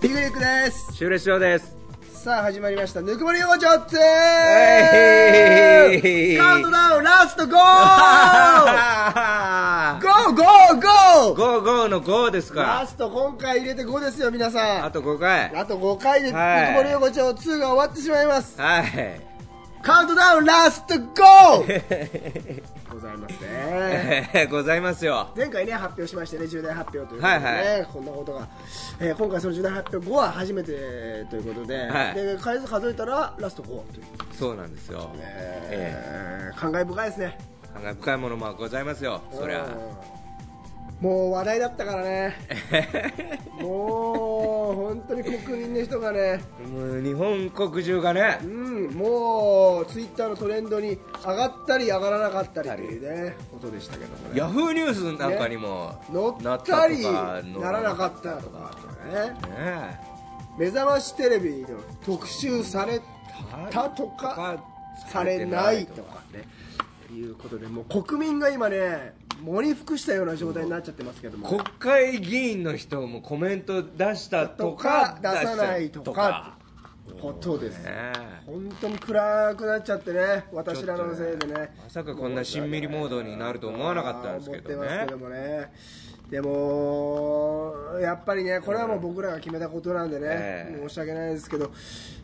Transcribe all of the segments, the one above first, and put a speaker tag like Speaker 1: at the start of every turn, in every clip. Speaker 1: ピグリックです
Speaker 2: 修練しようです。
Speaker 1: さあ始まりましたぬくもり横丁ツ
Speaker 2: え
Speaker 1: ー
Speaker 2: い
Speaker 1: カウントダウンラストゴー
Speaker 2: ゴ
Speaker 1: ゴーゴーゴー
Speaker 2: ーゴーのゴーです
Speaker 1: ラ
Speaker 2: か。
Speaker 1: スト今回入れて5ですよ皆さん
Speaker 2: あと5回。
Speaker 1: あと5回でぬく
Speaker 2: はい
Speaker 1: もり横丁2が終わってしまいます
Speaker 2: はい。
Speaker 1: カウントダウンラストゴ ーございますね
Speaker 2: ございますよ。
Speaker 1: 前回ね発表しましてね重大発表ということでね、
Speaker 2: はい
Speaker 1: こんなことが、えー今回その重大発表5は初めてということで,、
Speaker 2: はい
Speaker 1: で回数数えたらラスト5という、
Speaker 2: そうなんですよ。
Speaker 1: え
Speaker 2: え
Speaker 1: ー、感慨深いですね
Speaker 2: え感慨深いものもございますよ。そりゃ。
Speaker 1: うんもう話題だったからねもう本当に国民の人がね
Speaker 2: もう日本国中がね
Speaker 1: う。んもうツイッターのトレンドに上がったり上がらなかったりっていうねことでしたけどもね
Speaker 2: ヤフーニュースなんかにも、
Speaker 1: 乗
Speaker 2: な
Speaker 1: っ
Speaker 2: と
Speaker 1: た
Speaker 2: か
Speaker 1: りならなかったとかね
Speaker 2: ね
Speaker 1: 目覚ましテレビの特集されたとかされないとかねいうことでもう国民が今ね喪に服したような状態になっちゃってますけども
Speaker 2: 国会議員の人もコメント出した
Speaker 1: と
Speaker 2: と
Speaker 1: か
Speaker 2: か
Speaker 1: 出さないとかことです
Speaker 2: ねえ
Speaker 1: 本当に暗くなっちゃってね私らのせいでね
Speaker 2: まさかこんなしんみりモードになると思わなかったんですけど
Speaker 1: 思ってま
Speaker 2: ね
Speaker 1: すけどもねでもやっぱりねこれはもう僕らが決めたことなんでね、
Speaker 2: ええ
Speaker 1: 申し訳ないですけど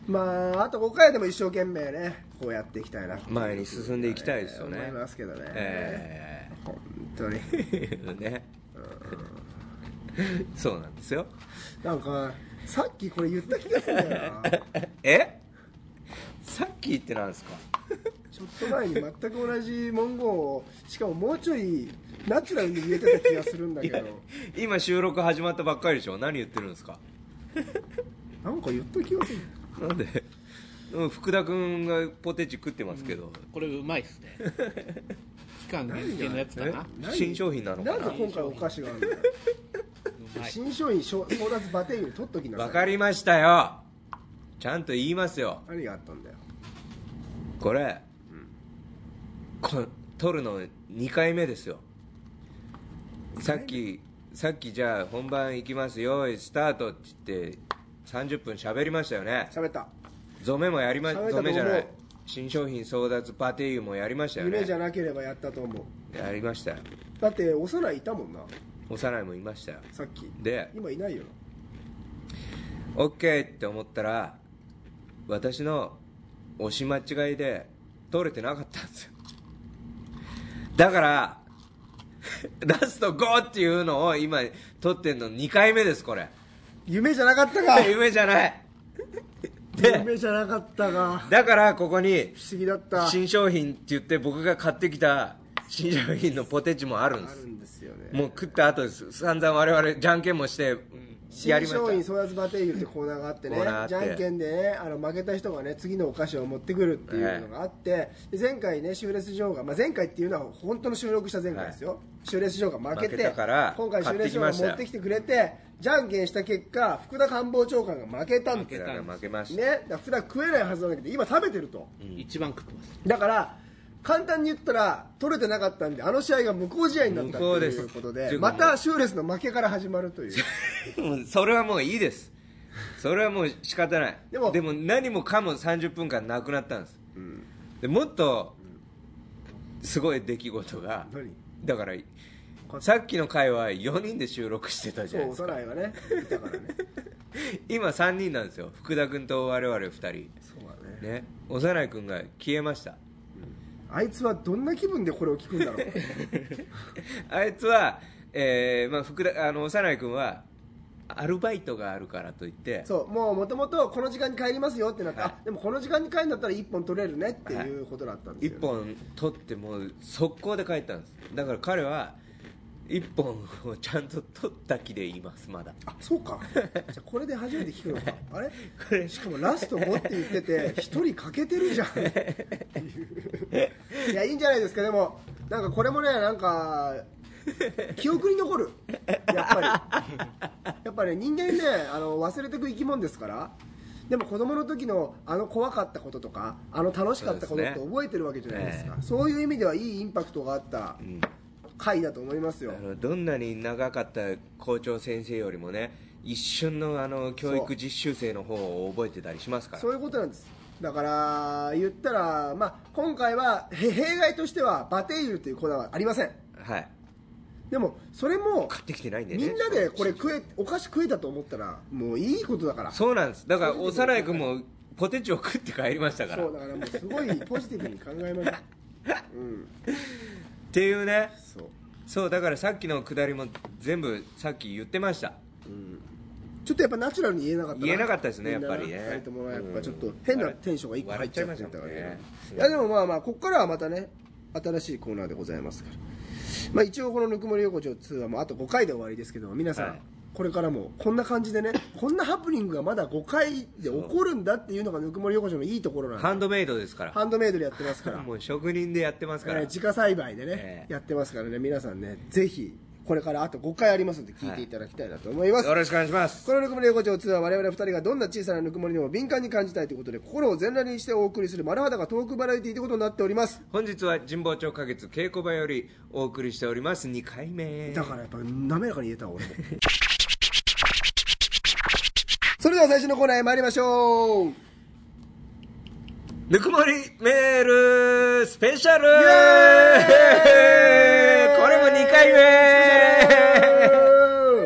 Speaker 1: まああと5回でも一生懸命ねこうやっていきたいなと
Speaker 2: 前に進んでいきたいですよね
Speaker 1: 思いますけどね、
Speaker 2: え
Speaker 1: 本当に
Speaker 2: えね そうなんですよ
Speaker 1: なんかさっきこれ言った気がするんだよな
Speaker 2: えさっき言ってなんですか
Speaker 1: ちょっと前に全く同じ文言をしかももうちょいナチュラルに言えてた気がするんだけ
Speaker 2: い
Speaker 1: ど
Speaker 2: や今収録始まったばっかりでしょ何言ってるんですか
Speaker 1: なんか言った気がする
Speaker 2: なんでうん福田君がポテチ食ってますけど、
Speaker 3: これうまいっすね期間限定のやつか
Speaker 2: え
Speaker 3: な
Speaker 1: 何
Speaker 2: 新商品なの
Speaker 1: な
Speaker 2: か
Speaker 1: んで
Speaker 2: な
Speaker 1: 今回お菓子があるんだよ
Speaker 3: うまい
Speaker 1: 新商品しょ争奪バテーグル取っときなさい
Speaker 2: わかりましたよちゃんと言いますよ
Speaker 1: 何があったんだよ
Speaker 2: これ、こ撮るの2回目ですよさっきさっきじゃあ本番行きますよーいスタートって言って30分喋りましたよね
Speaker 1: 喋った
Speaker 2: ゾメもやりま
Speaker 1: 喋ったと
Speaker 2: ゾ
Speaker 1: 思う
Speaker 2: メじゃない新商品争奪パティユもやりましたよ
Speaker 1: 夢
Speaker 2: ね
Speaker 1: じゃなければやったと思う
Speaker 2: やりましたよ
Speaker 1: だって幼いいたもんな
Speaker 2: 幼いもいましたよ
Speaker 1: さっき
Speaker 2: で
Speaker 1: 今いないよ
Speaker 2: OK って思ったら私の押し間違いで取れてなかったんですよだから ラスト5っていうのを今取ってんの2回目ですこれ
Speaker 1: 夢じゃなかったか
Speaker 2: 夢じゃない
Speaker 1: 夢じゃなかったか
Speaker 2: だからここに
Speaker 1: 不思議だったあ
Speaker 2: 新商品って言って僕が買ってきた新商品のポテチもあるんです
Speaker 1: るんですよね
Speaker 2: もう食った後です散々我々じゃんけんもしてうん
Speaker 1: 新
Speaker 2: やりま
Speaker 1: 商品
Speaker 2: し
Speaker 1: 争奪バテーグルってコーナーがあってね
Speaker 2: コーナーあって
Speaker 1: じゃんけんでねあの負けた人がね次のお菓子を持ってくるっていうのがあって、で前回ねシューレス嬢が、まあ、前回っていうのは本当の収録した前回ですよ、シューレス嬢が負けて
Speaker 2: 負けたから
Speaker 1: 今回シューレス嬢が持ってきてくれてじゃんけんした結果福田官房長官が負けたんです
Speaker 2: た
Speaker 1: よ
Speaker 2: だから負けました
Speaker 1: ね、だから普段食えないはずなんだけど今食べてると
Speaker 3: 一番食ってます
Speaker 1: だから簡単に言ったら取れてなかったんであの試合が無効試合になったと
Speaker 2: 無効で
Speaker 1: い
Speaker 2: す
Speaker 1: うことで
Speaker 2: というか
Speaker 1: またシューレスの負けから始まるという
Speaker 2: もうそれはもういいですそれはもう仕方ない
Speaker 1: で
Speaker 2: で
Speaker 1: も
Speaker 2: も何もかも30分間なくなったんです、でもっとすごい出来事が
Speaker 1: 何
Speaker 2: だからさっきの回は4人で収録してたじゃ
Speaker 1: そ
Speaker 2: ない
Speaker 1: 幼いは
Speaker 2: うですか
Speaker 1: ねいたからね
Speaker 2: 今3人なんですよ福田君と我々2人
Speaker 1: そうだね
Speaker 2: ね幼い君が消えました
Speaker 1: あいつはどんな気分でこれを聞くんだろう
Speaker 2: あいつは、えーまあ、福田あの幼い君はアルバイトがあるからといって
Speaker 1: そうもうもともとこの時間に帰りますよってなって、
Speaker 2: はい
Speaker 1: あでもこの時間に帰るんだったら1本取れるねっていうことだったんです
Speaker 2: 一
Speaker 1: よ、
Speaker 2: 本取ってもう速攻で帰ったんですだから彼は一本をちゃんと取った気でいますまだ
Speaker 1: あそうかじゃあこれで初めて聞くのかあれ
Speaker 2: これ
Speaker 1: しかもラスト5って言ってて1人欠けてるじゃん いやいいんじゃないですかでもなんかこれもねなんか記憶に残るやっぱぱね人間ねあの忘れてく生き物ですからでも子供の時のあの怖かったこととかあの楽しかったことって
Speaker 2: そうですね
Speaker 1: 覚えてるわけじゃないですかそう,、いう意味ではいいインパクトがあった
Speaker 2: ん
Speaker 1: 回だと思いますよ、
Speaker 2: あのどんなに長かった校長先生よりもね一瞬のあの教育実習生の方を覚えてたりしますから
Speaker 1: そういうことなんですだから言ったら、まあ、今回はへ弊害としてはバテイユという粉はありません
Speaker 2: はい
Speaker 1: でもそれも
Speaker 2: 買ってきてないんでね
Speaker 1: みんなでこれ食えお菓子食えたと思ったらもういいことだから
Speaker 2: そうなんですだから幼い君もポテチを食って帰りましたから
Speaker 1: そう
Speaker 2: っ
Speaker 1: だからもうすごいポジティブに考えましたうん
Speaker 2: ていうね
Speaker 1: そう
Speaker 2: そうだからさっきのくだりも全部さっき言ってました
Speaker 1: ちょっとやっぱナチュラルに言えなかった
Speaker 2: 言えなかったですねやっぱり
Speaker 1: み
Speaker 2: ね
Speaker 1: んな二人ともやっ
Speaker 2: う
Speaker 1: ぱ
Speaker 2: ん
Speaker 1: ちょっと変なテンションが一個入っちゃってたから
Speaker 2: 笑っちゃいま
Speaker 1: ね
Speaker 2: したもんね
Speaker 1: いやでもまあまあここからはまたね新しいコーナーでございますからまあ一応このぬくもり横丁2はもうあと5回で終わりですけど皆さん、
Speaker 2: はい
Speaker 1: これからもこんな感じでね こんなハプニングがまだ5回で起こるんだっていうのがぬくもり横丁のいいところなんで
Speaker 2: ハンドメイドですから
Speaker 1: ハンドメイドでやってますから
Speaker 2: もう職人でやってますから、
Speaker 1: えー自家栽培でね、
Speaker 2: ええ
Speaker 1: やってますからね皆さんねぜひこれからあと5回ありますので聞いていただきたいなと思います、
Speaker 2: よろしくお願いします
Speaker 1: このぬくもり横丁2は我々2人がどんな小さなぬくもりでも敏感に感じたいということで心を全裸にしてお送りする丸裸がトークバラエティーということになっており ます
Speaker 2: 本日は神保町花月稽古場よりお送りしております2回目
Speaker 1: だからやっぱ滑らかに言えたわ俺もそれでは最初のコーナーへ参りましょうイ
Speaker 2: ぬくもりメールスペシャルこ
Speaker 1: エーイ
Speaker 2: れも2回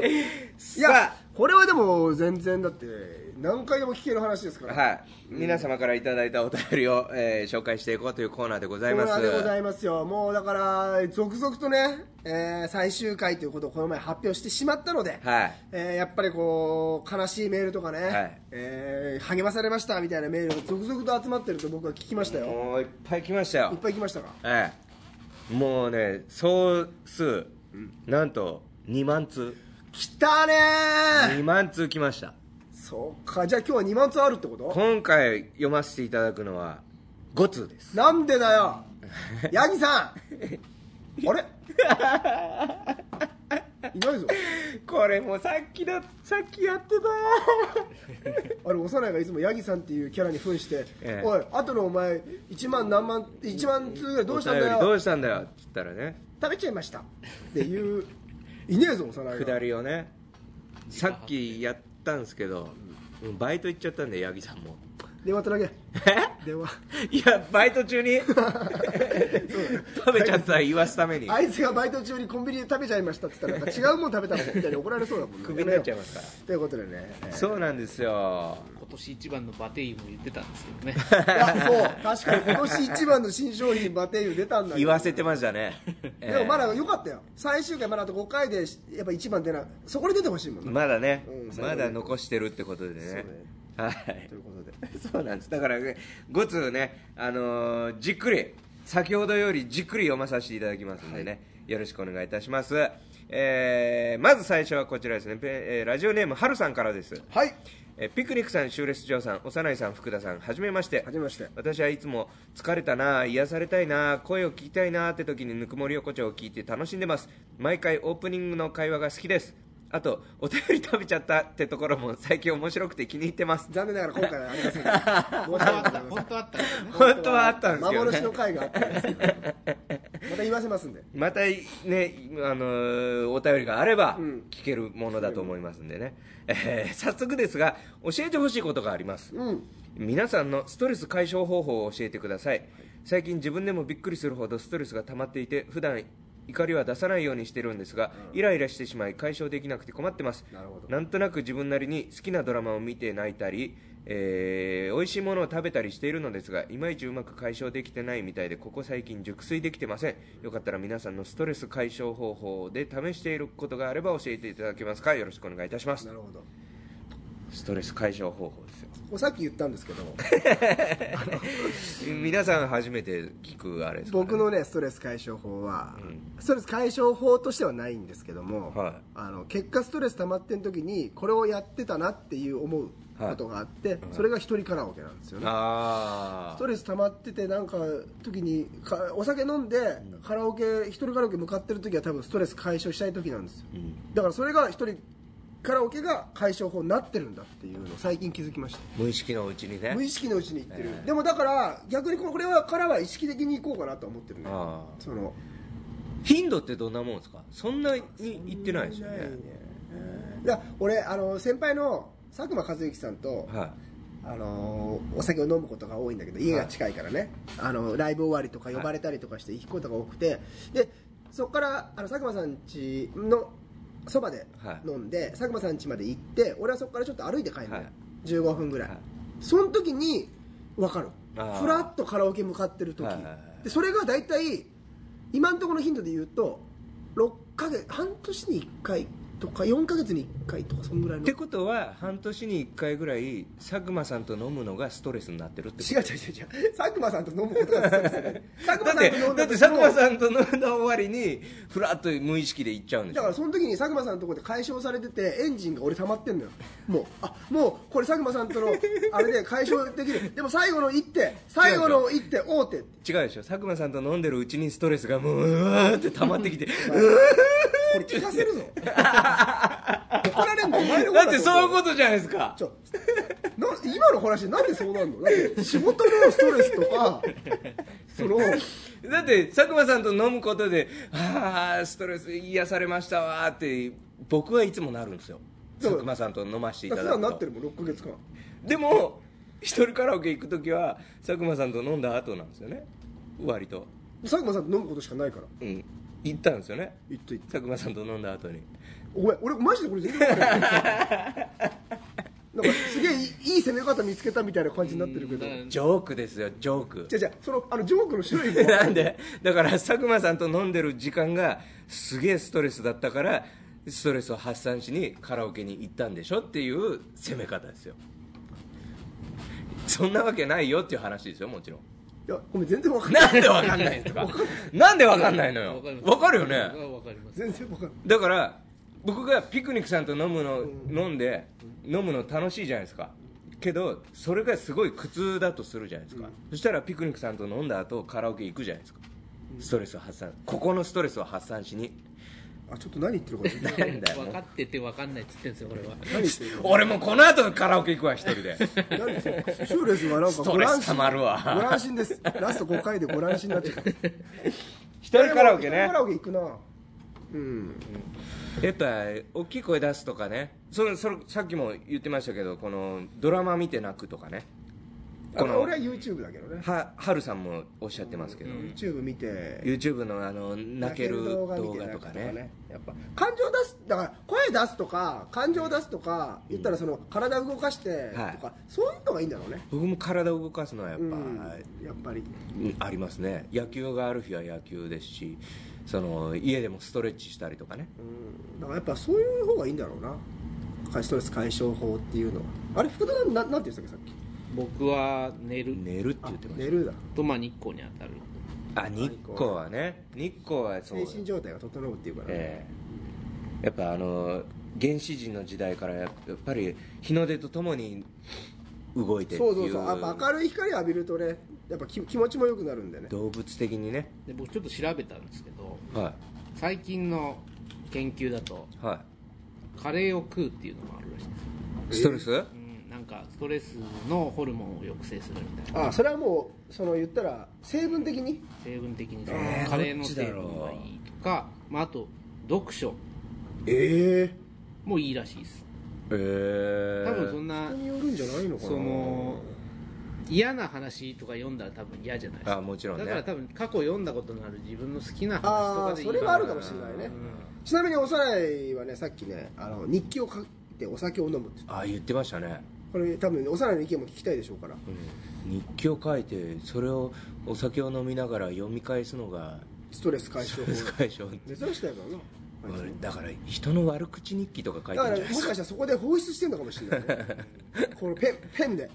Speaker 2: 目
Speaker 1: い
Speaker 2: さ
Speaker 1: や
Speaker 2: あ
Speaker 1: これはでも全然だって何回でも聞ける話ですから
Speaker 2: はい、皆様からいただいたお便りを、えー紹介していこうというコーナーでござい
Speaker 1: コー
Speaker 2: ます
Speaker 1: ナーでございますよもうだから続々とね、えー最終回ということをこの前発表してしまったので、
Speaker 2: はい
Speaker 1: えーやっぱりこう悲しいメールとかね、
Speaker 2: い
Speaker 1: えー励まされましたみたいなメールが続々と集まってると僕は聞きましたよ
Speaker 2: もういっぱい来ました
Speaker 1: いっ
Speaker 2: よ、
Speaker 1: ぱい来ましたか
Speaker 2: ええもうね総数なんと2万通
Speaker 1: 来たねー、
Speaker 2: 2万通来ました
Speaker 1: そうかじゃあ今日は2万通あるってこと
Speaker 2: 今回読ませていただくのは5通です
Speaker 1: なんでだ よヤギさんあれ いないぞ
Speaker 2: これもうさっきださっきやって
Speaker 1: あれ幼いがいつもヤギさんっていうキャラに扮して「
Speaker 2: ええ
Speaker 1: おいあとのお前1万何万1万通ぐらい
Speaker 2: た
Speaker 1: どうしたんだ
Speaker 2: ど
Speaker 1: よ
Speaker 2: うしたんだよって言ったらね
Speaker 1: 食べちゃいました」っていういねえぞ幼い
Speaker 2: 下
Speaker 1: が
Speaker 2: りをねさっきやったんですけど、うんバイト行っちゃったんで八木さんも
Speaker 1: 電話つなげ
Speaker 2: え
Speaker 1: 電話
Speaker 2: いやバイト中に 食べちゃった言わすために
Speaker 1: あいつがバイト中にコンビニで食べちゃいましたって言ったらなんか違うもん食べたのみたいに怒られそうだもんね
Speaker 2: クビになっちゃいますから
Speaker 1: ということでね
Speaker 2: そうなんですよ
Speaker 3: 今年一番のバテイも言ってたんですけど ね
Speaker 1: いやそう確かに今年一番の新商品バテイユ出たんだけど
Speaker 2: 言わせてましたね、え
Speaker 1: でもま
Speaker 2: え
Speaker 1: だ良かったよ最終回まだあと5回でやっぱ1番出ないそこに出てほしいもんな
Speaker 2: まだね、
Speaker 1: うん
Speaker 2: まだ残してるってことで
Speaker 1: そうね
Speaker 2: ねはい
Speaker 1: ということで
Speaker 2: そうなんですだからね5通ね、あのーじっくり先ほどよりじっくり読まさせていただきますのでね、よろしくお願いいたします、えーまず最初はこちらですね、ペえーラジオネームはるさんからです
Speaker 1: はい
Speaker 2: えーピクニックさん、シューレスジョーさん、幼いさん、福田さん、はじめまして。
Speaker 1: はじめまして
Speaker 2: 私はいつも疲れたな、癒されたいな、声を聞きたいなって時にぬくもり横丁を聞いて楽しんでます。毎回オープニングの会話が好きです。あと、お便り食べちゃったってところも最近面白くて気に入ってます。
Speaker 1: 残念ながら今回はありま せんでした申し
Speaker 3: 本
Speaker 1: 訳
Speaker 3: 当はあ
Speaker 1: ご
Speaker 3: っ
Speaker 1: ざ
Speaker 3: た
Speaker 1: いま
Speaker 3: 本当はあったんですね
Speaker 1: せん
Speaker 2: 本当はあったんですけど、ね、
Speaker 1: 幻の回があったんですけどまた言わせますんで
Speaker 2: またね、あのーお便りがあれば聞けるものだと思いますんでね、えー早速ですが教えてほしいことがあります、
Speaker 1: うん
Speaker 2: 皆さんのストレス解消方法を教えてください最近自分でもびっくりするほどストレスが溜まっていて普段怒りは出さないようにしてるんですが、イライラしてしまい解消できなくて困ってます
Speaker 1: なるほど
Speaker 2: なんとなく自分なりに好きなドラマを見て泣いたり、えー美味しいものを食べたりしているのですがいまいちうまく解消できてないみたいでここ最近熟睡できてませんよかったら皆さんのストレス解消方法で試していることがあれば教えていただけますかよろしくお願いいたします
Speaker 1: なるほど
Speaker 2: ストレス解消方法ですよ
Speaker 1: これさっき言ったんですけ ど
Speaker 2: 皆さん初めて聞くあれですか、ね、
Speaker 1: 僕のねストレス解消法は、ストレス解消法としてはないんですけども、
Speaker 2: はい
Speaker 1: あの結果ストレス溜まってん時にこれをやってたなっていう思うことがあって、それが一人カラオケなんですよね
Speaker 2: あ
Speaker 1: ス
Speaker 2: あ
Speaker 1: トレス溜まっててなんか時にかお酒飲んでカラオケ一人カラオケ向かってる時は多分ストレス解消したい時なんですよ、だからそれが一人カラオケが解消法になってるんだっていうのを最近気づきまし
Speaker 2: 無意識のうちに
Speaker 1: た
Speaker 2: ね
Speaker 1: 無意識のうちに言ってる、
Speaker 2: ええ
Speaker 1: でもだから逆にこれはからは意識的にいこうかなとは思ってるね
Speaker 2: ああ
Speaker 1: その
Speaker 2: 頻度ってどんなもんですかそんなに行ってないですよね
Speaker 1: いや俺あの先輩の佐久間一行さんと、
Speaker 2: は
Speaker 1: あのーお酒を飲むことが多いんだけど家が近いからね、あのライブ終わりとか呼ばれたりとかして行くことが多くて、でそこからあの佐久間さん家のそばで
Speaker 2: はい
Speaker 1: 飲んで、佐久間さん家まで行って俺はそこからちょっと歩いて帰るのよ、
Speaker 2: はい
Speaker 1: 15分ぐらい、
Speaker 2: はい
Speaker 1: その時に分かる
Speaker 2: あー
Speaker 1: ふらっとカラオケ向かってる時、
Speaker 2: はいはいはい
Speaker 1: でそれが大体今のところの頻度で言うと6ヶ月半年に1回とか4ヶ月に1回とかそんぐらい
Speaker 2: いっ
Speaker 1: の
Speaker 2: てことは半年に1回ぐらい佐久間さんと飲むのがストレスになってるってこ
Speaker 1: 違う違う違う違う佐久間さんと飲むことがそうですよね佐
Speaker 2: と
Speaker 1: 久
Speaker 2: だ
Speaker 1: 間さん
Speaker 2: って
Speaker 1: と飲ん
Speaker 2: だ
Speaker 1: だ
Speaker 2: って
Speaker 1: 時
Speaker 2: 佐久
Speaker 1: も
Speaker 2: 間さんと飲んだ終わりにふらっと無意識で行っちゃうんでし
Speaker 1: だ
Speaker 2: ょ
Speaker 1: からその時に佐久間さんのところで解消されててエンジンが俺溜まってんのよもうあもうこれ佐久間さんとのあれで解消できるでも最後の一手最後の一手大手こ
Speaker 2: 違うでしょ佐久間さんと飲んでるうちにストレスがもううわーって溜まっ てきて
Speaker 1: れ聞かせるぞ怒られんのお前のこ
Speaker 2: だ
Speaker 1: と
Speaker 2: って
Speaker 1: と
Speaker 2: そういうことじゃないですか
Speaker 1: ちょな今の話なんでそうなんのだって仕事のストレスとかその
Speaker 2: だって佐久間さんと飲むことで「ああストレス癒されましたわ」って僕はいつもなるんですよ
Speaker 1: そう
Speaker 2: 佐久間さんと飲ませていた
Speaker 1: 普
Speaker 2: だ
Speaker 1: 段なっ
Speaker 2: く
Speaker 1: て
Speaker 2: と
Speaker 1: るもん6ヶ月間
Speaker 2: でも一人カラオケ行く時は佐久間さんと飲んだ後なんですよね割と
Speaker 1: 佐久間さんと飲むことしかないから
Speaker 2: うん行ったんですよね
Speaker 1: 言っといて
Speaker 2: 佐久間さんと飲んだ後に
Speaker 1: ごめん俺マジでこれ全然 わかんないなんかすげえいいいい攻め方見つけたみたいな感じになってるけど
Speaker 3: うん
Speaker 2: ジョークですよジョーク
Speaker 1: じゃじゃそのあのジョークの白い 子
Speaker 2: なんでだから佐久間さんと飲んでる時間がすげえストレスだったからストレスを発散しにカラオケに行ったんでしょっていう攻め方ですよそんなわけないよっていう話ですよもちろん
Speaker 1: いやごめん全然わかんない
Speaker 2: なんで わかんないんですかなんでわかんないのよ
Speaker 3: わかります
Speaker 2: わかるよね
Speaker 3: わかります
Speaker 1: 全然わかんない
Speaker 2: だから僕がピクニックさんと飲むの、飲んで飲むの楽しいじゃないですかけどそれがすごい苦痛だとするじゃないですか、そしたらピクニックさんと飲んだ後カラオケ行くじゃないですかストレスを発散ここのストレスを発散しに
Speaker 1: あちょっと何言ってるか全然
Speaker 2: なんだよも
Speaker 3: 分か
Speaker 2: う
Speaker 3: ってて分かんないっつってんですよこれは
Speaker 1: 何言ってるか
Speaker 2: 俺もうこの後カラオケ行くわ一人 で
Speaker 1: 何言ってるかシューレスはなんか
Speaker 2: スト
Speaker 1: ご
Speaker 2: レ
Speaker 1: 乱
Speaker 2: ス溜
Speaker 1: 心
Speaker 2: まる
Speaker 1: ご
Speaker 2: わ
Speaker 1: 乱心ですラスト5回でご乱心になっちゃった
Speaker 2: 一人カラオ
Speaker 1: 一
Speaker 2: ケ
Speaker 1: 人
Speaker 2: ね
Speaker 1: カラオケ行くなうん
Speaker 2: やっぱ大きい声出すとかねそれそれさっきも言ってましたけどこのドラマ見て泣くとかね
Speaker 1: あ
Speaker 2: こ
Speaker 1: の
Speaker 2: の
Speaker 1: 俺は YouTube だけどね
Speaker 2: ははるさんもおっしゃってますけど、
Speaker 1: YouTube 見て
Speaker 2: YouTube のあの泣ける動画
Speaker 1: 見て
Speaker 2: とか
Speaker 1: なん
Speaker 2: ね
Speaker 1: やっぱ感情出すだから声出すとか感情出すとか言ったらその体動かしてとか、
Speaker 2: はい
Speaker 1: そういうのがいいんだろうね
Speaker 2: 僕も体を動かすのはやっぱ、
Speaker 1: うん、やっぱり
Speaker 2: うんありますね野球がある日は野球ですしその家でもストレッチしたりとかね
Speaker 1: うんだからやっぱそういう方がいいんだろうなストレス解消法っていうのはあれ福田さんななんて言ってたっけさ
Speaker 3: 僕は寝る
Speaker 2: 寝るって言っ
Speaker 1: ってき
Speaker 2: まし
Speaker 1: 寝るだ
Speaker 3: とまあ日光に当たる
Speaker 2: たあ日光はね日光はそう
Speaker 1: 精神状態が整うっていうから、
Speaker 2: ええやっぱあの原始人の時代からやっやっぱり日の出とともに動いてって
Speaker 1: そ
Speaker 2: いう
Speaker 1: そうそうやっぱ明るい光浴びるとねやっぱ気気持ちも良くなるんでね
Speaker 2: 動物的にね
Speaker 3: で僕ちょっと調べたんですけど
Speaker 2: は
Speaker 3: 最近の研究だと
Speaker 2: いは
Speaker 3: カレーを食うっていうのもあるらしいです、
Speaker 2: いストレス、
Speaker 3: うん、なんかストレスのホルモンを抑制するみたいな
Speaker 1: あそれはもうその言ったら成分的に
Speaker 3: 成分的にその
Speaker 2: えー
Speaker 3: カレー
Speaker 2: ど
Speaker 3: の
Speaker 2: っちだ
Speaker 3: 成
Speaker 2: ろう
Speaker 3: 分がいいとか、まあ、あと読書
Speaker 1: ええ
Speaker 3: もいいらしいです
Speaker 2: ええ
Speaker 3: 多分そんな
Speaker 1: 人によるんじゃないのかな
Speaker 3: その嫌な話とか読んだら多分嫌じゃないですか
Speaker 2: あもちろんね
Speaker 3: だから多分過去読んだことのある自分の好きな話と
Speaker 1: あ
Speaker 3: か
Speaker 1: あ
Speaker 3: でいい
Speaker 1: それはあるかもしれないねちなみにおさらいはねさっきねあの日記を書いてお酒を飲むって
Speaker 2: あ言ってましたね、
Speaker 1: これ多分おさらいの意見も聞きたいでしょうから
Speaker 2: うん、日記を書いてそれをお酒を飲みながら読み返すのが
Speaker 1: ストレス解
Speaker 2: スト
Speaker 1: 消
Speaker 2: レス
Speaker 1: 法
Speaker 2: 解消
Speaker 1: 珍しいだからなあいつね
Speaker 2: だから人の悪口日記とか書い
Speaker 1: だ
Speaker 2: て
Speaker 1: か
Speaker 2: る
Speaker 1: ら
Speaker 2: んじ
Speaker 1: もし
Speaker 2: ゃないですか
Speaker 1: かしたらそこで放出してんのかもしれないねこのペンペンで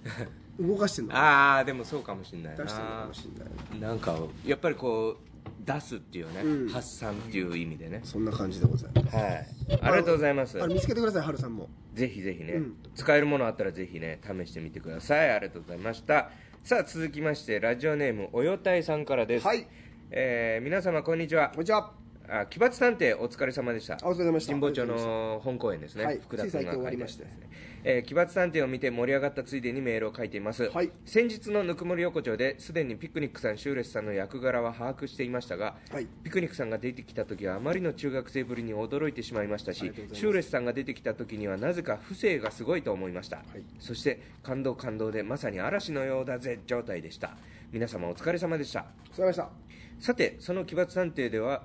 Speaker 1: 動かしてんのか
Speaker 2: ああでもそうかもしれないな
Speaker 1: 出してんのかもしれないね
Speaker 2: なんかやっぱりこう出すっていうね、
Speaker 1: うん
Speaker 2: 発散っていう意味でね、
Speaker 1: そんな感じでございます
Speaker 2: はいありがとうございます
Speaker 1: あの見つけてくださいハルさんも
Speaker 2: ぜひぜひね、
Speaker 1: うん
Speaker 2: 使えるものあったらぜひね試してみてくださいありがとうございましたさあ続きましてラジオネームおよたいさんからです、
Speaker 1: はい
Speaker 2: えー皆様こんにちは
Speaker 1: こんにちは
Speaker 2: えあ奇抜探偵お疲れ様でした
Speaker 1: お疲れ様でした
Speaker 2: 神保町の本公演ですね、
Speaker 1: はい
Speaker 2: 福田君
Speaker 1: つい最
Speaker 2: が
Speaker 1: 近終わりま
Speaker 2: 書いたや
Speaker 1: し
Speaker 2: つ
Speaker 1: た
Speaker 2: ですね、えー奇抜探偵を見て盛り上がったついでにメールを書いています、
Speaker 1: はい
Speaker 2: 先日のぬくもり横丁ですでにピクニックさんシューレスさんの役柄は把握していましたが、
Speaker 1: はい
Speaker 2: ピクニックさんが出てきた時はあまりの中学生ぶりに驚いてしまいましたしシューレスさんが出てきた時にはなぜか不正がすごいと思いました、そして感動感動でまさに嵐のようだぜ状態でした皆様お疲れ様でした
Speaker 1: お疲れ様でした
Speaker 2: さてその奇抜探偵では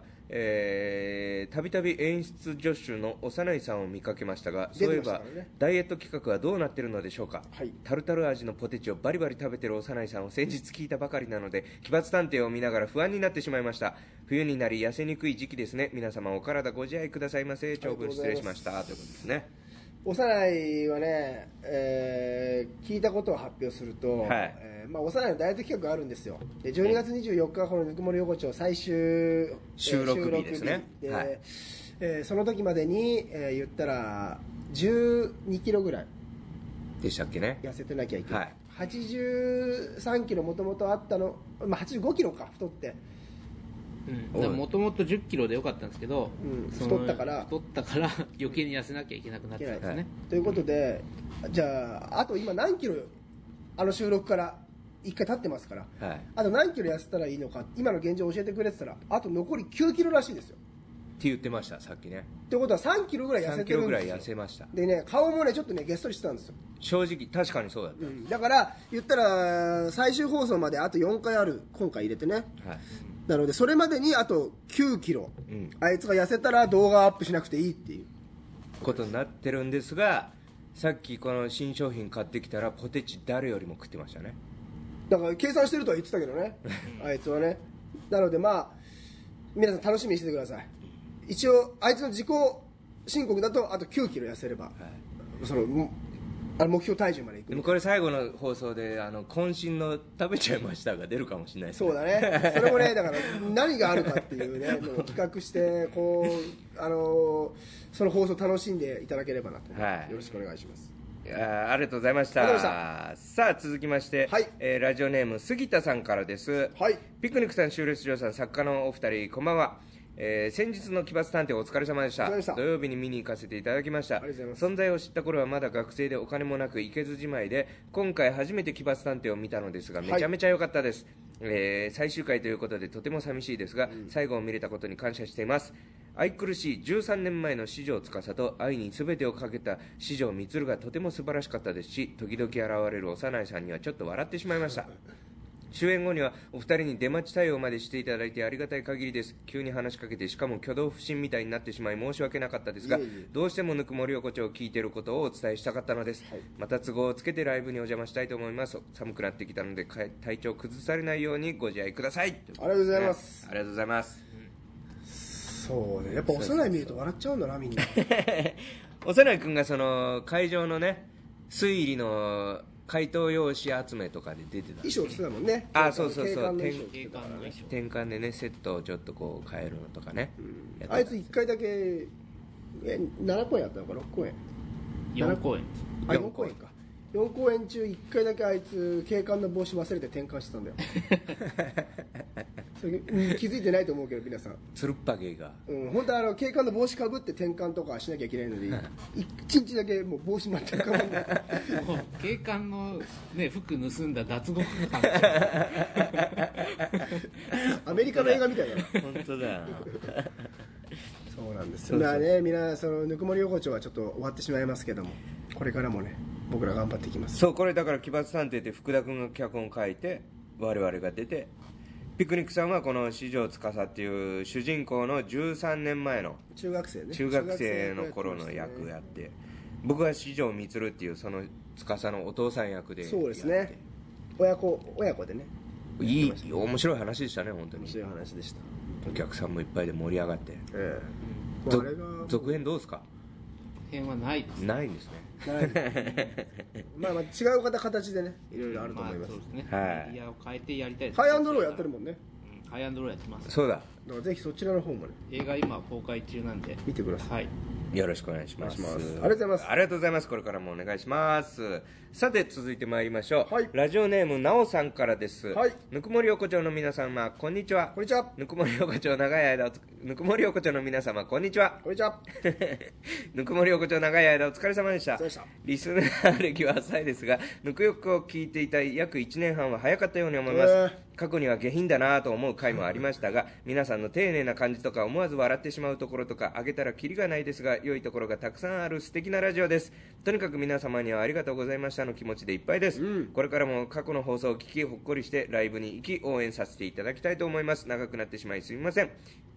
Speaker 2: えーたびたび演出助手の幼いさんを見かけましたが
Speaker 1: 出
Speaker 2: そう
Speaker 1: て
Speaker 2: いえ
Speaker 1: ました
Speaker 2: ば
Speaker 1: からね
Speaker 2: ダイエット企画はどうなってるのでしょうか、
Speaker 1: はい
Speaker 2: タルタル味のポテチをバリバリ食べてる幼いさんを先日聞いたばかりなので奇抜探偵を見ながら不安になってしまいました冬になり痩せにくい時期ですね皆様お体ご自愛くださいませ長文失礼しましたということですね
Speaker 1: 幼いはね、えー聞いたことを発表すると、
Speaker 2: はい
Speaker 1: えーまあ、幼いのダイエット企画があるんですよで12月24日はこの「ぬくもり横丁」最終えー
Speaker 2: 収録日ですね
Speaker 1: 収録日で
Speaker 2: はい
Speaker 1: えーその時までに、えー言ったら1 2キロぐらい
Speaker 2: でしたっけね
Speaker 1: 痩せてなきゃいけない、
Speaker 2: はい
Speaker 1: 83キロもともとあったの、まあ、85キロか太って
Speaker 2: おい
Speaker 3: もともと1 0キロでよかったんですけど、
Speaker 1: うん
Speaker 3: その
Speaker 1: 太ったから
Speaker 3: 太ったから 余計に痩せなきゃいけなくなっ
Speaker 1: い
Speaker 3: て
Speaker 1: けない
Speaker 3: たん
Speaker 1: で
Speaker 3: ですす
Speaker 1: ね
Speaker 3: ね、
Speaker 1: ということでじゃああと今何キロあの収録から1回経ってますから
Speaker 2: はい
Speaker 1: あと何キロ痩せたらいいのか今の現状教えてくれてたらあと残り9キロらしいですよ
Speaker 2: って言ってましたさっきね
Speaker 1: ってことは3キロぐらい痩せ
Speaker 2: 3
Speaker 1: て
Speaker 2: キ
Speaker 1: る
Speaker 2: ロ
Speaker 1: ん
Speaker 2: ぐら
Speaker 1: で
Speaker 2: い
Speaker 1: すよ
Speaker 2: 痩せました
Speaker 1: でね顔もねちょっとねげっそりしてたんですよ、
Speaker 2: 正直確かにそうだっ
Speaker 1: うんだから言ったら最終放送まであと4回ある今回入れてね
Speaker 2: た、はい、
Speaker 1: なのでそれまでにあと9キロ、
Speaker 2: うん
Speaker 1: あいつが痩せたら動画アップしなくていいっていう
Speaker 2: ことになってるんですがさっきこの新商品買ってきたらポテチ誰よりも食ってましたね
Speaker 1: だから計算してるとは言ってたけどねあいつはねなのでまあ皆さん楽しみにしててください一応あいつの自己申告だとあと9キロ痩せれば、そのもあの目標体重までい
Speaker 2: で
Speaker 1: く
Speaker 2: もこれ最後の放送であの渾身の「食べちゃいました」が出るかもしれないですね
Speaker 1: そうだねそれもねだから何があるかっていう ねもう企画してこうあのーその放送楽しんでいただければなと思います、
Speaker 2: はい
Speaker 1: よろしくお願いします
Speaker 2: いやーありがとうございました
Speaker 1: ありがとう
Speaker 2: さあ続きまして、
Speaker 1: はい
Speaker 2: えーラジオネーム杉田さんからです、
Speaker 1: はい
Speaker 2: ピクニックさん修列嬢さん作家のお二人こんばんはえー先日の奇抜探偵お疲れ様でし
Speaker 1: お
Speaker 2: た
Speaker 1: 疲れ様でした
Speaker 2: 土曜日に見に行かせていただきました
Speaker 1: ありがとうございます
Speaker 2: 存在を知った頃はまだ学生でお金もなく行けずじまいで今回初めて奇抜探偵を見たのですが
Speaker 1: はい
Speaker 2: めちゃめちゃ良かったです、えー最終回ということでとても寂しいですが、最後を見れたことに感謝しています愛くるしい13年前の四条司と愛に全てをかけた四条満がとても素晴らしかったですし時々現れる幼いさんにはちょっと笑ってしまいました主演後にはお二人に出待ち対応までしていただいてありがたい限りです急に話しかけてしかも挙動不審みたいになってしまい申し訳なかったですが
Speaker 1: いえいえ
Speaker 2: どうしてもぬくもり横丁を聞いてることをお伝えしたかったのです、また都合をつけてライブにお邪魔したいと思います寒くなってきたのでかえ体調崩されないようにご自愛くださいあり
Speaker 1: ありがとうございます
Speaker 2: ありがとうござい ます
Speaker 1: そうねやっぱ幼い見ると笑っちゃうんだなみんな
Speaker 2: 幼い君がその会場のね推理の回答用紙集めとかで出てた
Speaker 1: 衣装着てたもんね
Speaker 2: あそうそうそ
Speaker 1: 警官の
Speaker 2: う
Speaker 1: 衣装着て
Speaker 3: 警
Speaker 1: た
Speaker 3: 官の衣装
Speaker 2: 転換でねセットをちょっとこう変えるのとかね、やってた
Speaker 1: あいつ1回だけえ7公演やったのか6公演
Speaker 3: 4公演
Speaker 1: あ
Speaker 2: 四
Speaker 1: 4公演か4公演中1回だけあいつ警官の帽子忘れて転換してたんだ よそれうん気づいてないと思うけど皆さん、
Speaker 2: つるっぱげが
Speaker 1: うん、本当はあの警官の帽子かぶって転換とかしなきゃいけないのに1日だけもう帽子全くかぶん ない
Speaker 3: もう警官の、ね、服盗んだ脱獄 感が
Speaker 1: アメリカの映画みたいだな
Speaker 2: 本当だよ
Speaker 1: そうなんです
Speaker 2: そうそう
Speaker 1: まあねみんなそのぬくもり横丁はちょっと終わってしまいますけどもこれからもね僕ら頑張っていきます
Speaker 2: そうこれだから奇抜探偵って福田君が脚本書いて我々が出てピクニックさんはこの四条司っていう主人公の13年前の
Speaker 1: 中学生ね
Speaker 2: 中学生の頃の役やって僕は四条満っていうその司のお父さん役で
Speaker 1: そうですね親子親子でね
Speaker 2: いい面白い話でしたね本当
Speaker 1: 面
Speaker 2: に
Speaker 1: 白い話でした、
Speaker 2: お客さんもいっぱいで盛り上がって
Speaker 1: ええまあ、あ
Speaker 2: ぞ
Speaker 1: れが
Speaker 2: 続編どうですか
Speaker 3: 編はないです
Speaker 2: ないんですね
Speaker 1: まあまあ違う方形でねいろいろあると思います、
Speaker 3: あ、そうですね、
Speaker 2: はい
Speaker 3: メディアを変えてやりたいです
Speaker 1: ハイアンドローやってるもんね
Speaker 3: うんハイアンドローやってます
Speaker 2: そうだ
Speaker 1: だからぜひそちらの方もね
Speaker 3: 映画今公開中なんで
Speaker 1: 見てください
Speaker 3: はい
Speaker 2: よろしくお願いします
Speaker 1: お願いしますありがとうございます
Speaker 2: ありがとうございますこれからもお願いしますさて続いてまいりましょう、
Speaker 1: はい
Speaker 2: ラジオネームなおさんからです、
Speaker 1: はい
Speaker 2: ぬくもり横丁の皆様こんにちは
Speaker 1: こんにちは
Speaker 2: ぬくもり横丁長い間おつぬくもり横丁の皆様こんにちは
Speaker 1: こんにちは
Speaker 2: ぬくもり横丁長い間お疲れ様でした
Speaker 1: そうでした
Speaker 2: リスナー歴は浅いですがぬくよくを聞いていた約1年半は早かったように思います、
Speaker 1: へー
Speaker 2: 過去には下品だなぁと思う回もありまし たが皆さんの丁寧な感じとか思わず笑ってしまうところとかあげたらキリがないですが良いところがたくさんある素敵なラジオですとにかく皆様にはありがとうございましたの気持ちでいっぱいです、これからも過去の放送を聞きほっこりしてライブに行き応援させていただきたいと思います長くなってしまいすみません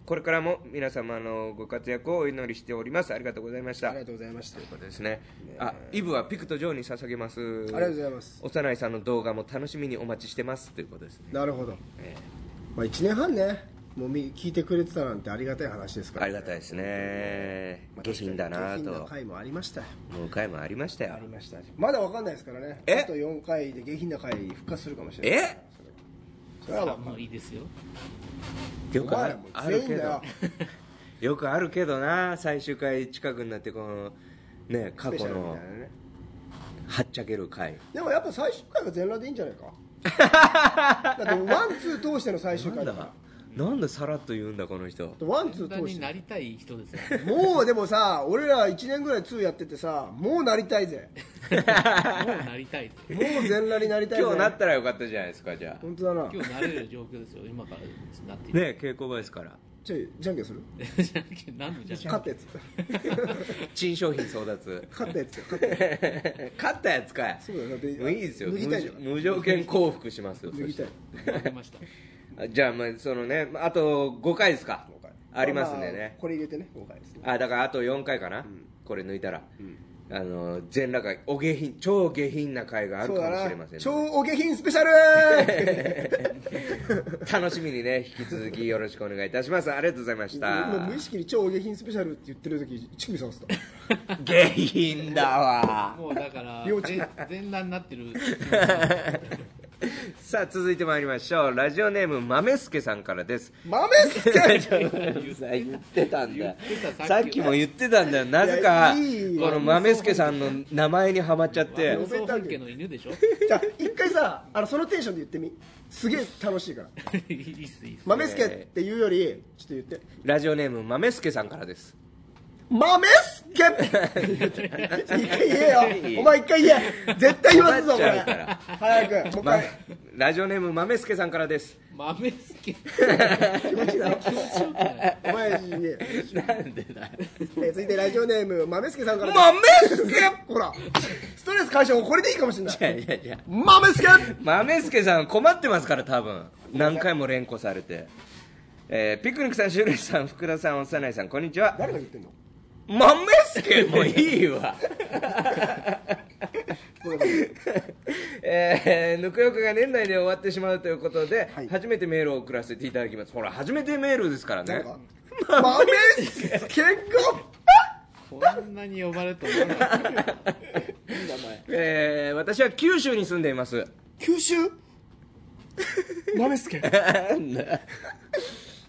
Speaker 2: これからも皆様のご活躍をお祈りしておりますありがとうございました
Speaker 1: ありがとうございましたあ
Speaker 2: ということですねあイブはピクとジョーに捧げます
Speaker 1: りがとうございます
Speaker 2: 幼いさんの動画も楽しみにお待ちしてますということですね
Speaker 1: なるほど、
Speaker 2: え
Speaker 1: まあ、1年半ねもうみ聞いてくれてたなんてありがたい話ですから、
Speaker 2: ありがたいですね
Speaker 1: まあ
Speaker 2: 下品だな
Speaker 1: 下品な
Speaker 2: と
Speaker 1: 回もありましたよ
Speaker 2: もう回もありましたよ
Speaker 1: ありましたまだわかんないですからね
Speaker 2: え
Speaker 1: あと4回で下品な回復活するかもしれない
Speaker 2: え
Speaker 1: それはま
Speaker 3: もういいですよ
Speaker 1: あ
Speaker 2: よ
Speaker 1: お
Speaker 2: く
Speaker 1: 前
Speaker 2: あ
Speaker 1: ら
Speaker 2: る
Speaker 1: もう
Speaker 2: あ
Speaker 1: 全
Speaker 2: る
Speaker 1: 員
Speaker 2: け
Speaker 1: だよ
Speaker 2: ど よくあるけどな最終回近くになってこのね過
Speaker 1: スペシ
Speaker 2: 去
Speaker 1: ャルみたい
Speaker 2: の
Speaker 1: なね
Speaker 2: はっちゃける回
Speaker 1: でもやっぱ最終回が全裸でいいんじゃない かだってワンツー通しての最終
Speaker 2: なん
Speaker 1: 回だ
Speaker 2: だ
Speaker 1: か
Speaker 2: なんでさらっと言うんだこの人
Speaker 1: らワンツ
Speaker 3: 簡
Speaker 1: ー
Speaker 3: 単
Speaker 1: 通し
Speaker 3: にな
Speaker 1: て
Speaker 3: りたい 人ですよ
Speaker 1: もうでもさ俺ら1年ぐらいツーやっててさもうなりたいぜ
Speaker 3: もうなりたい
Speaker 1: もう全裸になりたいぜ
Speaker 2: 今日なったらよかったじゃないですかじゃあ
Speaker 1: 本当だな
Speaker 3: 今日なれる状況ですよ今からなっていく
Speaker 2: ね稽古場ですから
Speaker 1: ちょいじゃんけんする
Speaker 3: じゃんけ ん何のじゃんけん
Speaker 1: 勝ったやつ
Speaker 2: 珍商品争奪
Speaker 1: 勝ったやつよ 勝ったや
Speaker 2: 勝ったやつかい
Speaker 1: つそうだよだって
Speaker 2: もういいですよ
Speaker 1: 脱ぎたいじゃん
Speaker 2: 無無条件降伏しますよ
Speaker 1: 脱ぎたい
Speaker 3: 負けました
Speaker 2: あじゃあまあそのねあと5回ですか
Speaker 1: 今回
Speaker 2: ありますんで
Speaker 1: あ
Speaker 2: ね
Speaker 1: あこれ入れてね今回ですね
Speaker 2: あだからあと4回かな、これ抜いたら、あの全裸会お下品超下品な会がある
Speaker 1: そうだ
Speaker 2: かもしれ
Speaker 1: な
Speaker 2: ません
Speaker 1: 超
Speaker 2: の
Speaker 1: お下品スペシャル
Speaker 2: で、楽しみにね引き続きよろしくお願いいたしますありがとうございました
Speaker 1: 今無意識に超お下品スペシャルって言ってる時乳首触ってた
Speaker 2: 下品だ わ
Speaker 3: もうだから
Speaker 1: 幼稚
Speaker 3: 全全裸になってる
Speaker 2: さあ続いてまいりましょうラジオネーム豆助さんからです
Speaker 1: 豆すけ
Speaker 2: 言ってたんだよ
Speaker 3: 言ってた
Speaker 2: さ
Speaker 3: さ
Speaker 2: っ
Speaker 3: っきは
Speaker 2: きも言ってたんだよなぜか
Speaker 1: いやいい
Speaker 2: この豆助さんの名前にはまっちゃって
Speaker 3: 予想風景の 犬でしょ
Speaker 1: じゃあ一回さあのそのテンションで言ってみすげえ楽しいから
Speaker 3: いいっすいいっす
Speaker 1: 豆すけって言うよりちょっと言って
Speaker 2: ラジオネーム豆助さんからです
Speaker 1: 豆すけ一回言えよお前一回言え絶対言わすぞこ
Speaker 2: 困っち
Speaker 1: れ
Speaker 2: ゃうから
Speaker 1: 早くもう一
Speaker 2: ま
Speaker 1: 回、
Speaker 2: ラジオネーム豆助さんからです
Speaker 3: 豆好き
Speaker 1: 気持ちいいだろ
Speaker 3: ない
Speaker 1: お前いいね
Speaker 2: なんでだ
Speaker 1: え続いてラジオネーム豆すけさんからです
Speaker 2: 豆助
Speaker 1: ほらストレス解消これでいいかもしれない
Speaker 2: いやいやいや
Speaker 1: 豆すけ
Speaker 2: 豆助さん困ってますから多分何回も連呼されて、えーピクニックさん、シュレイさん、福田さん、幼いさん、こんにちは。
Speaker 1: 誰が言ってんの
Speaker 2: 豆助もいいわ。
Speaker 1: ごめんごめん
Speaker 2: えー、ぬくよくが年内で終わってしまうということで、
Speaker 1: はい
Speaker 2: 初めてメールを送らせていただきます。ほら、初めてメールですから
Speaker 1: 誰
Speaker 2: ね。
Speaker 1: が豆すけ
Speaker 3: こんなに呼ばれると思わなかった
Speaker 2: えー、私は九州に住んでいます。
Speaker 1: 九州豆すけ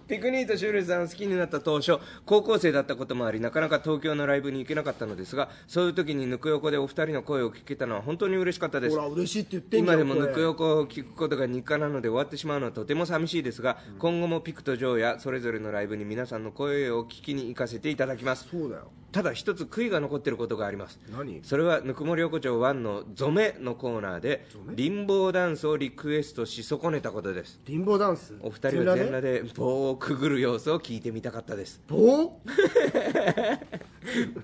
Speaker 2: ピクニーとシュールさんを好きになった当初高校生だったこともありなかなか東京のライブに行けなかったのですがそういう時にぬくよこでお二人の声を聞けたのは本当に嬉しかったです
Speaker 1: ほら嬉しいって言ってんじゃ
Speaker 2: 今
Speaker 1: ん
Speaker 2: でも
Speaker 1: これ
Speaker 2: ぬくよこを聞くことが日課なので終わってしまうのはとても寂しいですが、今後もピクとジョーやそれぞれのライブに皆さんの声を聞きに行かせていただきます
Speaker 1: そうだよ
Speaker 2: ただ一つ悔いが残っていることがあります
Speaker 1: 何
Speaker 2: それはぬくもり横丁1の「ゾメ」のコーナーでリンボーダンスをリクエストし損ねたことです
Speaker 1: リンボーダンス
Speaker 2: お二人は全裸で棒をくぐる様子を聞いてみたかった です
Speaker 1: 棒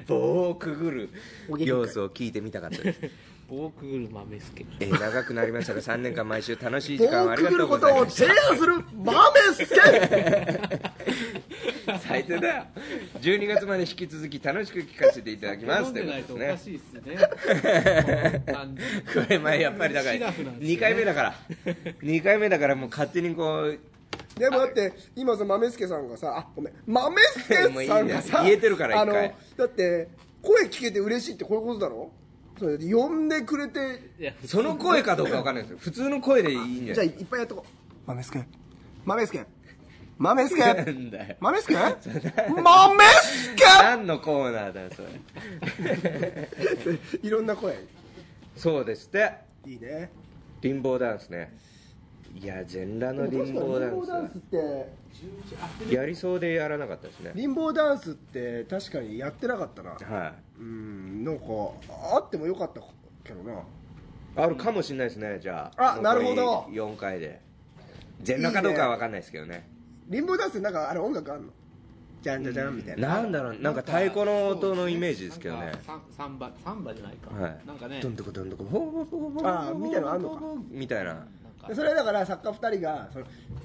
Speaker 2: 棒をくぐる様子を聞いてみたかったです、
Speaker 3: 棒くぐる豆好き
Speaker 2: えー長くなりましたが3年間毎週楽しい時間を
Speaker 1: 棒
Speaker 2: あ
Speaker 1: をく
Speaker 2: りが
Speaker 1: ぐ
Speaker 2: と
Speaker 1: る
Speaker 2: うご
Speaker 1: こ
Speaker 2: ざい
Speaker 1: とを
Speaker 2: まし
Speaker 1: 制覇する豆すけ
Speaker 2: た最低だよ12月まで引き続き楽しく聞かせていただきます
Speaker 3: 飲んでないとお
Speaker 2: という
Speaker 3: か
Speaker 2: こと
Speaker 3: しいっす ね感じ
Speaker 2: ですねこれ前やっぱりだか
Speaker 3: シ
Speaker 2: ら
Speaker 3: ラフなんですね
Speaker 2: 2回目だから2回目だからもう勝手にこう
Speaker 1: でもだって今さ豆すけさんがさあごめん豆すけ
Speaker 2: もういい
Speaker 1: さんがさ
Speaker 2: ね言えてるから
Speaker 1: あの
Speaker 2: 一
Speaker 1: だ
Speaker 2: 回
Speaker 1: って声聞けて嬉しいってこういうことだろそうだって呼んでくれて
Speaker 3: いや普通
Speaker 2: その声かどうかわかんないですよ普通の声でいいんじゃ
Speaker 1: じ
Speaker 2: な
Speaker 1: ゃあ
Speaker 2: い
Speaker 1: いっぱいやっとこう豆すけ豆すけ豆す
Speaker 2: な
Speaker 1: け
Speaker 2: んだよ
Speaker 1: 豆すけ豆す
Speaker 2: 何のコーナーだよそれ
Speaker 1: けいろんな声
Speaker 2: そうですって
Speaker 1: いいね
Speaker 2: 貧乏ダンスねいや全裸の貧乏ダンス
Speaker 1: って
Speaker 2: やりそうでやらなかったですね
Speaker 1: 貧乏ダンスって確かにやってなかったな
Speaker 2: は
Speaker 1: うんなんかあってもよかったけどない
Speaker 2: あるかもしれないですねじゃあ
Speaker 1: あなるほど
Speaker 2: 4回で全裸かどうかは分かんないですけどね
Speaker 1: 貧乏ダンスってなんかあれ音楽あんのじゃんじゃじゃんみたいな
Speaker 2: なんだろうなんか太鼓の音のイメージですけどね
Speaker 3: なんかサンサンバサンバじゃないか、
Speaker 2: はい
Speaker 3: なんかね
Speaker 2: どんどこどんどこほぼほぼほぼ
Speaker 1: あーみたいなのあんのか
Speaker 2: みたいな
Speaker 3: なん
Speaker 1: で
Speaker 3: か
Speaker 1: それだから作家2人がその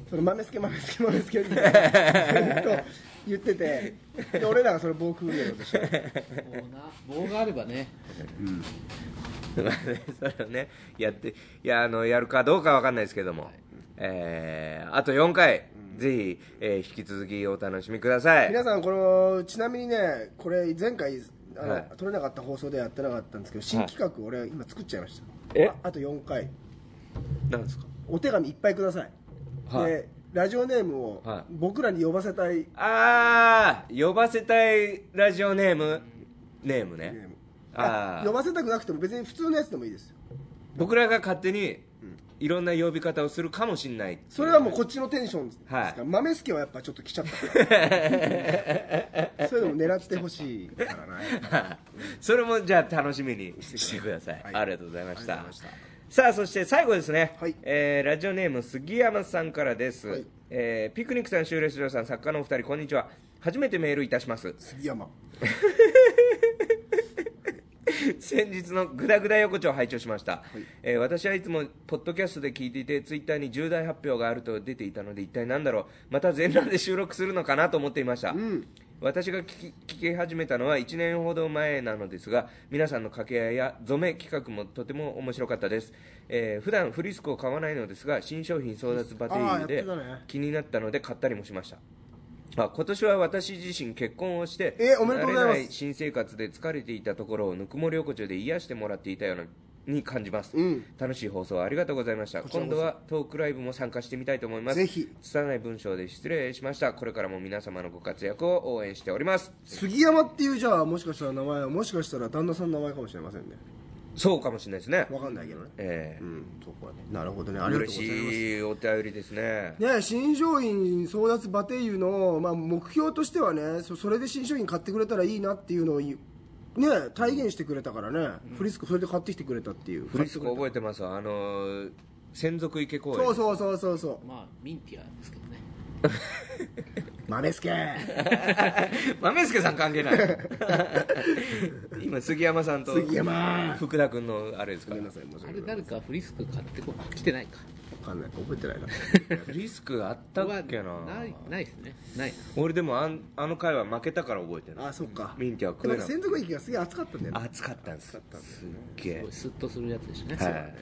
Speaker 1: その豆すけ豆すけ豆すけってずっと言っててで俺らがそれ棒くぐるようとして
Speaker 3: こうな棒があればね
Speaker 2: まあねそれをねやっていやあのやるかどうかわかんないですけども、えーあと4回、ぜひ、えー引き続きお楽しみください
Speaker 1: 皆さんこのちなみにねこれ前回あの、
Speaker 2: はい
Speaker 1: 撮れなかった放送ではやってなかったんですけど新企画俺今作っちゃいました、
Speaker 2: え
Speaker 1: ああと4回
Speaker 2: なんですか
Speaker 1: お手紙いっぱいください、
Speaker 2: はい
Speaker 1: でラジオネームを
Speaker 2: はい
Speaker 1: 僕らに呼ばせたい
Speaker 2: あー呼ばせたいラジオネームネームね
Speaker 1: ネーム
Speaker 2: あ
Speaker 1: 呼
Speaker 2: あ
Speaker 1: ばせたくなくても別に普通のやつでもいいですよ
Speaker 2: 僕らが勝手にいろんな呼び方をするかもしんない
Speaker 1: それはもうこっちのテンションですから、
Speaker 2: はい
Speaker 1: 豆助はやっぱちょっと来ちゃったから そういうのも狙ってほしいからな
Speaker 2: それもじゃあ楽しみにしてください、
Speaker 1: はい
Speaker 2: ありがとうございました
Speaker 1: ありがとうございま
Speaker 2: さあそして最後ですね、
Speaker 1: はい
Speaker 2: えーラジオネーム杉山さんからです、
Speaker 1: はい
Speaker 2: えーピクニックさん修練所さん作家のお二人こんにちは初めてメールいたします
Speaker 1: 杉山
Speaker 2: 先日のグダグダ横丁を拝聴しました、えー私はいつもポッドキャストで聞いていてツイッターに重大発表があると出ていたので一体何だろうまた全裸で収録するのかなと思っていました、私が聞き聞き始めたのは1年ほど前なのですが皆さんの掛け合いや染め企画もとても面白かったです、えー普段フリスクを買わないのですが新商品争奪バテリー
Speaker 1: あーや
Speaker 2: で
Speaker 1: ってたね
Speaker 2: 気になったので買ったりもしましたあ今年は私自身結婚をして
Speaker 1: えーおめでとうございます
Speaker 2: 慣れな新生活で疲れていたところをぬくもり横丁で癒してもらっていたようなに感じます、
Speaker 1: うん
Speaker 2: 楽しい放送ありがとうございました
Speaker 1: ちらこ
Speaker 2: 今
Speaker 1: そ
Speaker 2: 度はトークライブも参加してみたいと思います
Speaker 1: ぜひ
Speaker 2: 拙い文章で失礼しましたこれからも皆様のご活躍を応援しております
Speaker 1: 杉山っていうじゃあもしかしたら名前はもしかしたら旦那さんの名前かもしれませんね
Speaker 2: そうかもしれないですね
Speaker 1: わかんないけどね
Speaker 2: え
Speaker 1: うんそこはねなるほどね
Speaker 2: え
Speaker 1: ありがとう
Speaker 2: 嬉
Speaker 1: ございます
Speaker 2: しいお便りですね
Speaker 1: ね、新商品争奪バテ油の、まあ、目標としてはねそそれで新商品買ってくれたらいいなっていうのをいね体現してくれたからね、フリスクそれで買ってきてくれたっていう
Speaker 2: フリスコ覚えてますあのー専属池公園
Speaker 1: そうそうそうそうそう
Speaker 3: まあミンティアですけどね
Speaker 1: 豆助
Speaker 2: 豆助さん関係ない 今杉山さんと
Speaker 1: 杉山
Speaker 2: 福田君のあれですか
Speaker 1: ごめ
Speaker 2: ら
Speaker 1: んなさい申し
Speaker 3: あ
Speaker 1: 訳
Speaker 3: れ
Speaker 1: ない
Speaker 3: 誰かフリスク買ってこ来てないか
Speaker 1: わかんない覚えてないな
Speaker 2: フ リスクあったっけな
Speaker 3: ないないですねない
Speaker 2: 俺でもあんあの回は負けたから覚えて ない
Speaker 1: あそっか
Speaker 2: ミンティア食え
Speaker 1: でも
Speaker 2: なかった
Speaker 1: 専属液がすげえ熱かったんだよね
Speaker 2: 暑かったんですすっげ
Speaker 3: す
Speaker 2: え
Speaker 3: ごいスッとするやつでしたね、
Speaker 2: はい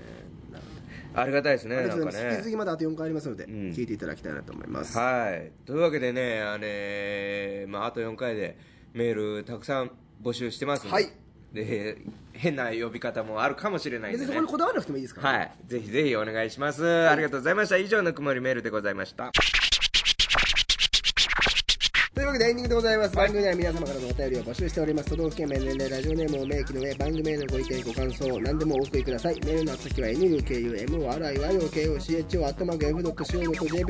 Speaker 2: ありがたいですね
Speaker 1: あり
Speaker 2: な
Speaker 1: がとうんご
Speaker 2: か
Speaker 1: ざいます引き続
Speaker 2: ね
Speaker 1: きまだあと4回ありますので、
Speaker 2: ん
Speaker 1: 聞いていただきたいなと思います、
Speaker 2: はいというわけでねあれ、まあ、あと4回でメールたくさん募集してますんで
Speaker 1: はい
Speaker 2: で変な呼び方もあるかもしれないん
Speaker 1: 別に
Speaker 2: で、
Speaker 1: そ
Speaker 2: ね
Speaker 1: こに、こだわらなくてもいいですから、
Speaker 2: はいぜひぜひお願いします、ありがとうございました以上の曇りメールでございました
Speaker 1: というわけでエンディングでございます、番組では皆様からのお便りを募集しております都道府県名年齢ラジオネームを明記の上番組へのご意見ご感想何でもお送りくださいメールの宛先は nukumoryokyocho.f.co.jp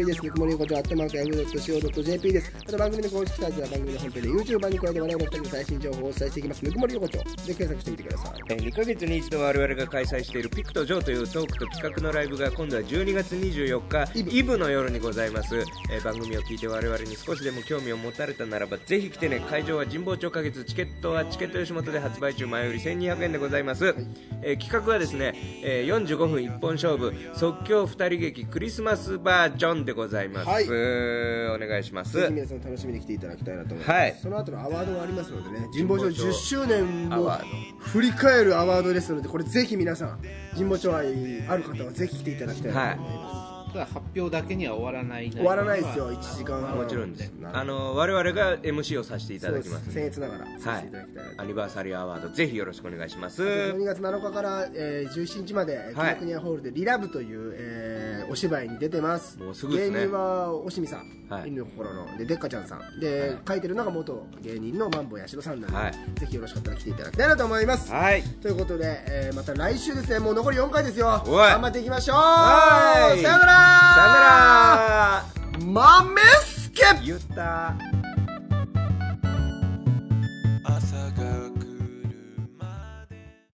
Speaker 1: ですぬくもり横丁 .f.co.jp ですまた番組の公式サイトや番組の本編で YouTuber に加えて我々の人の最新情報をお伝えしていきますぬくもり横丁で検索してみてください
Speaker 2: えー2ヶ月に一度我々が開催しているピクとジョーというトークと企画のライブが今度は12月24日
Speaker 1: イブ
Speaker 2: イブの夜にございます、えー番組を聞いて我々に少しでも興味を持たれたならばぜひ来てね会場は神保町花月チケットはチケット吉本で発売中前売り1200円でございます、えー企画はですね、えー45分一本勝負即興2人劇クリスマスバージョンでございます、
Speaker 1: はい
Speaker 2: お願いしま
Speaker 1: ぜひ
Speaker 2: す
Speaker 1: 皆さん楽しみに来ていただきたいなと思います、
Speaker 2: はい
Speaker 1: その後のアワードもありますのでね神保町
Speaker 2: 神保
Speaker 1: 10
Speaker 2: 町
Speaker 1: 周年
Speaker 2: ア
Speaker 1: を
Speaker 2: ワー
Speaker 1: 振り返るアワードですのでこれぜひ皆さん神保町愛ある方はぜひ来ていただきたいなと思います、
Speaker 3: ただ発表だけには終わらない
Speaker 1: 終わらないですよ1時間半
Speaker 2: もちろんです
Speaker 1: な
Speaker 2: あ
Speaker 1: る
Speaker 2: の我々が MC をさせていた
Speaker 1: ほど
Speaker 2: だ
Speaker 1: そう
Speaker 2: きます
Speaker 1: です僭越ながらさ
Speaker 2: は
Speaker 1: せ
Speaker 2: い
Speaker 1: ていただきたいなと、
Speaker 2: アニバーサリーアワードぜひよろしくお願いします
Speaker 1: 12月7日から、えー17日まで、えー
Speaker 2: はい
Speaker 1: 紀ノ国屋ホールで「リラブという、えーーお芝居に出てます
Speaker 2: もうすぐですね
Speaker 1: 芸人はおしみさん、
Speaker 2: はい
Speaker 1: 犬の心のででっかちゃんさんで、
Speaker 2: はい
Speaker 1: 書いてるのが元芸人のマンボウ八代さんなんで、
Speaker 2: はい
Speaker 1: ぜひよろしかったら来ていただきたいなと思います、
Speaker 2: はい
Speaker 1: ということで、えーまた来週ですねもう残り4回ですよ
Speaker 2: おい
Speaker 1: 頑張っていきましょう
Speaker 2: はい
Speaker 1: さよなら
Speaker 2: さよなら
Speaker 1: 豆助
Speaker 2: 言った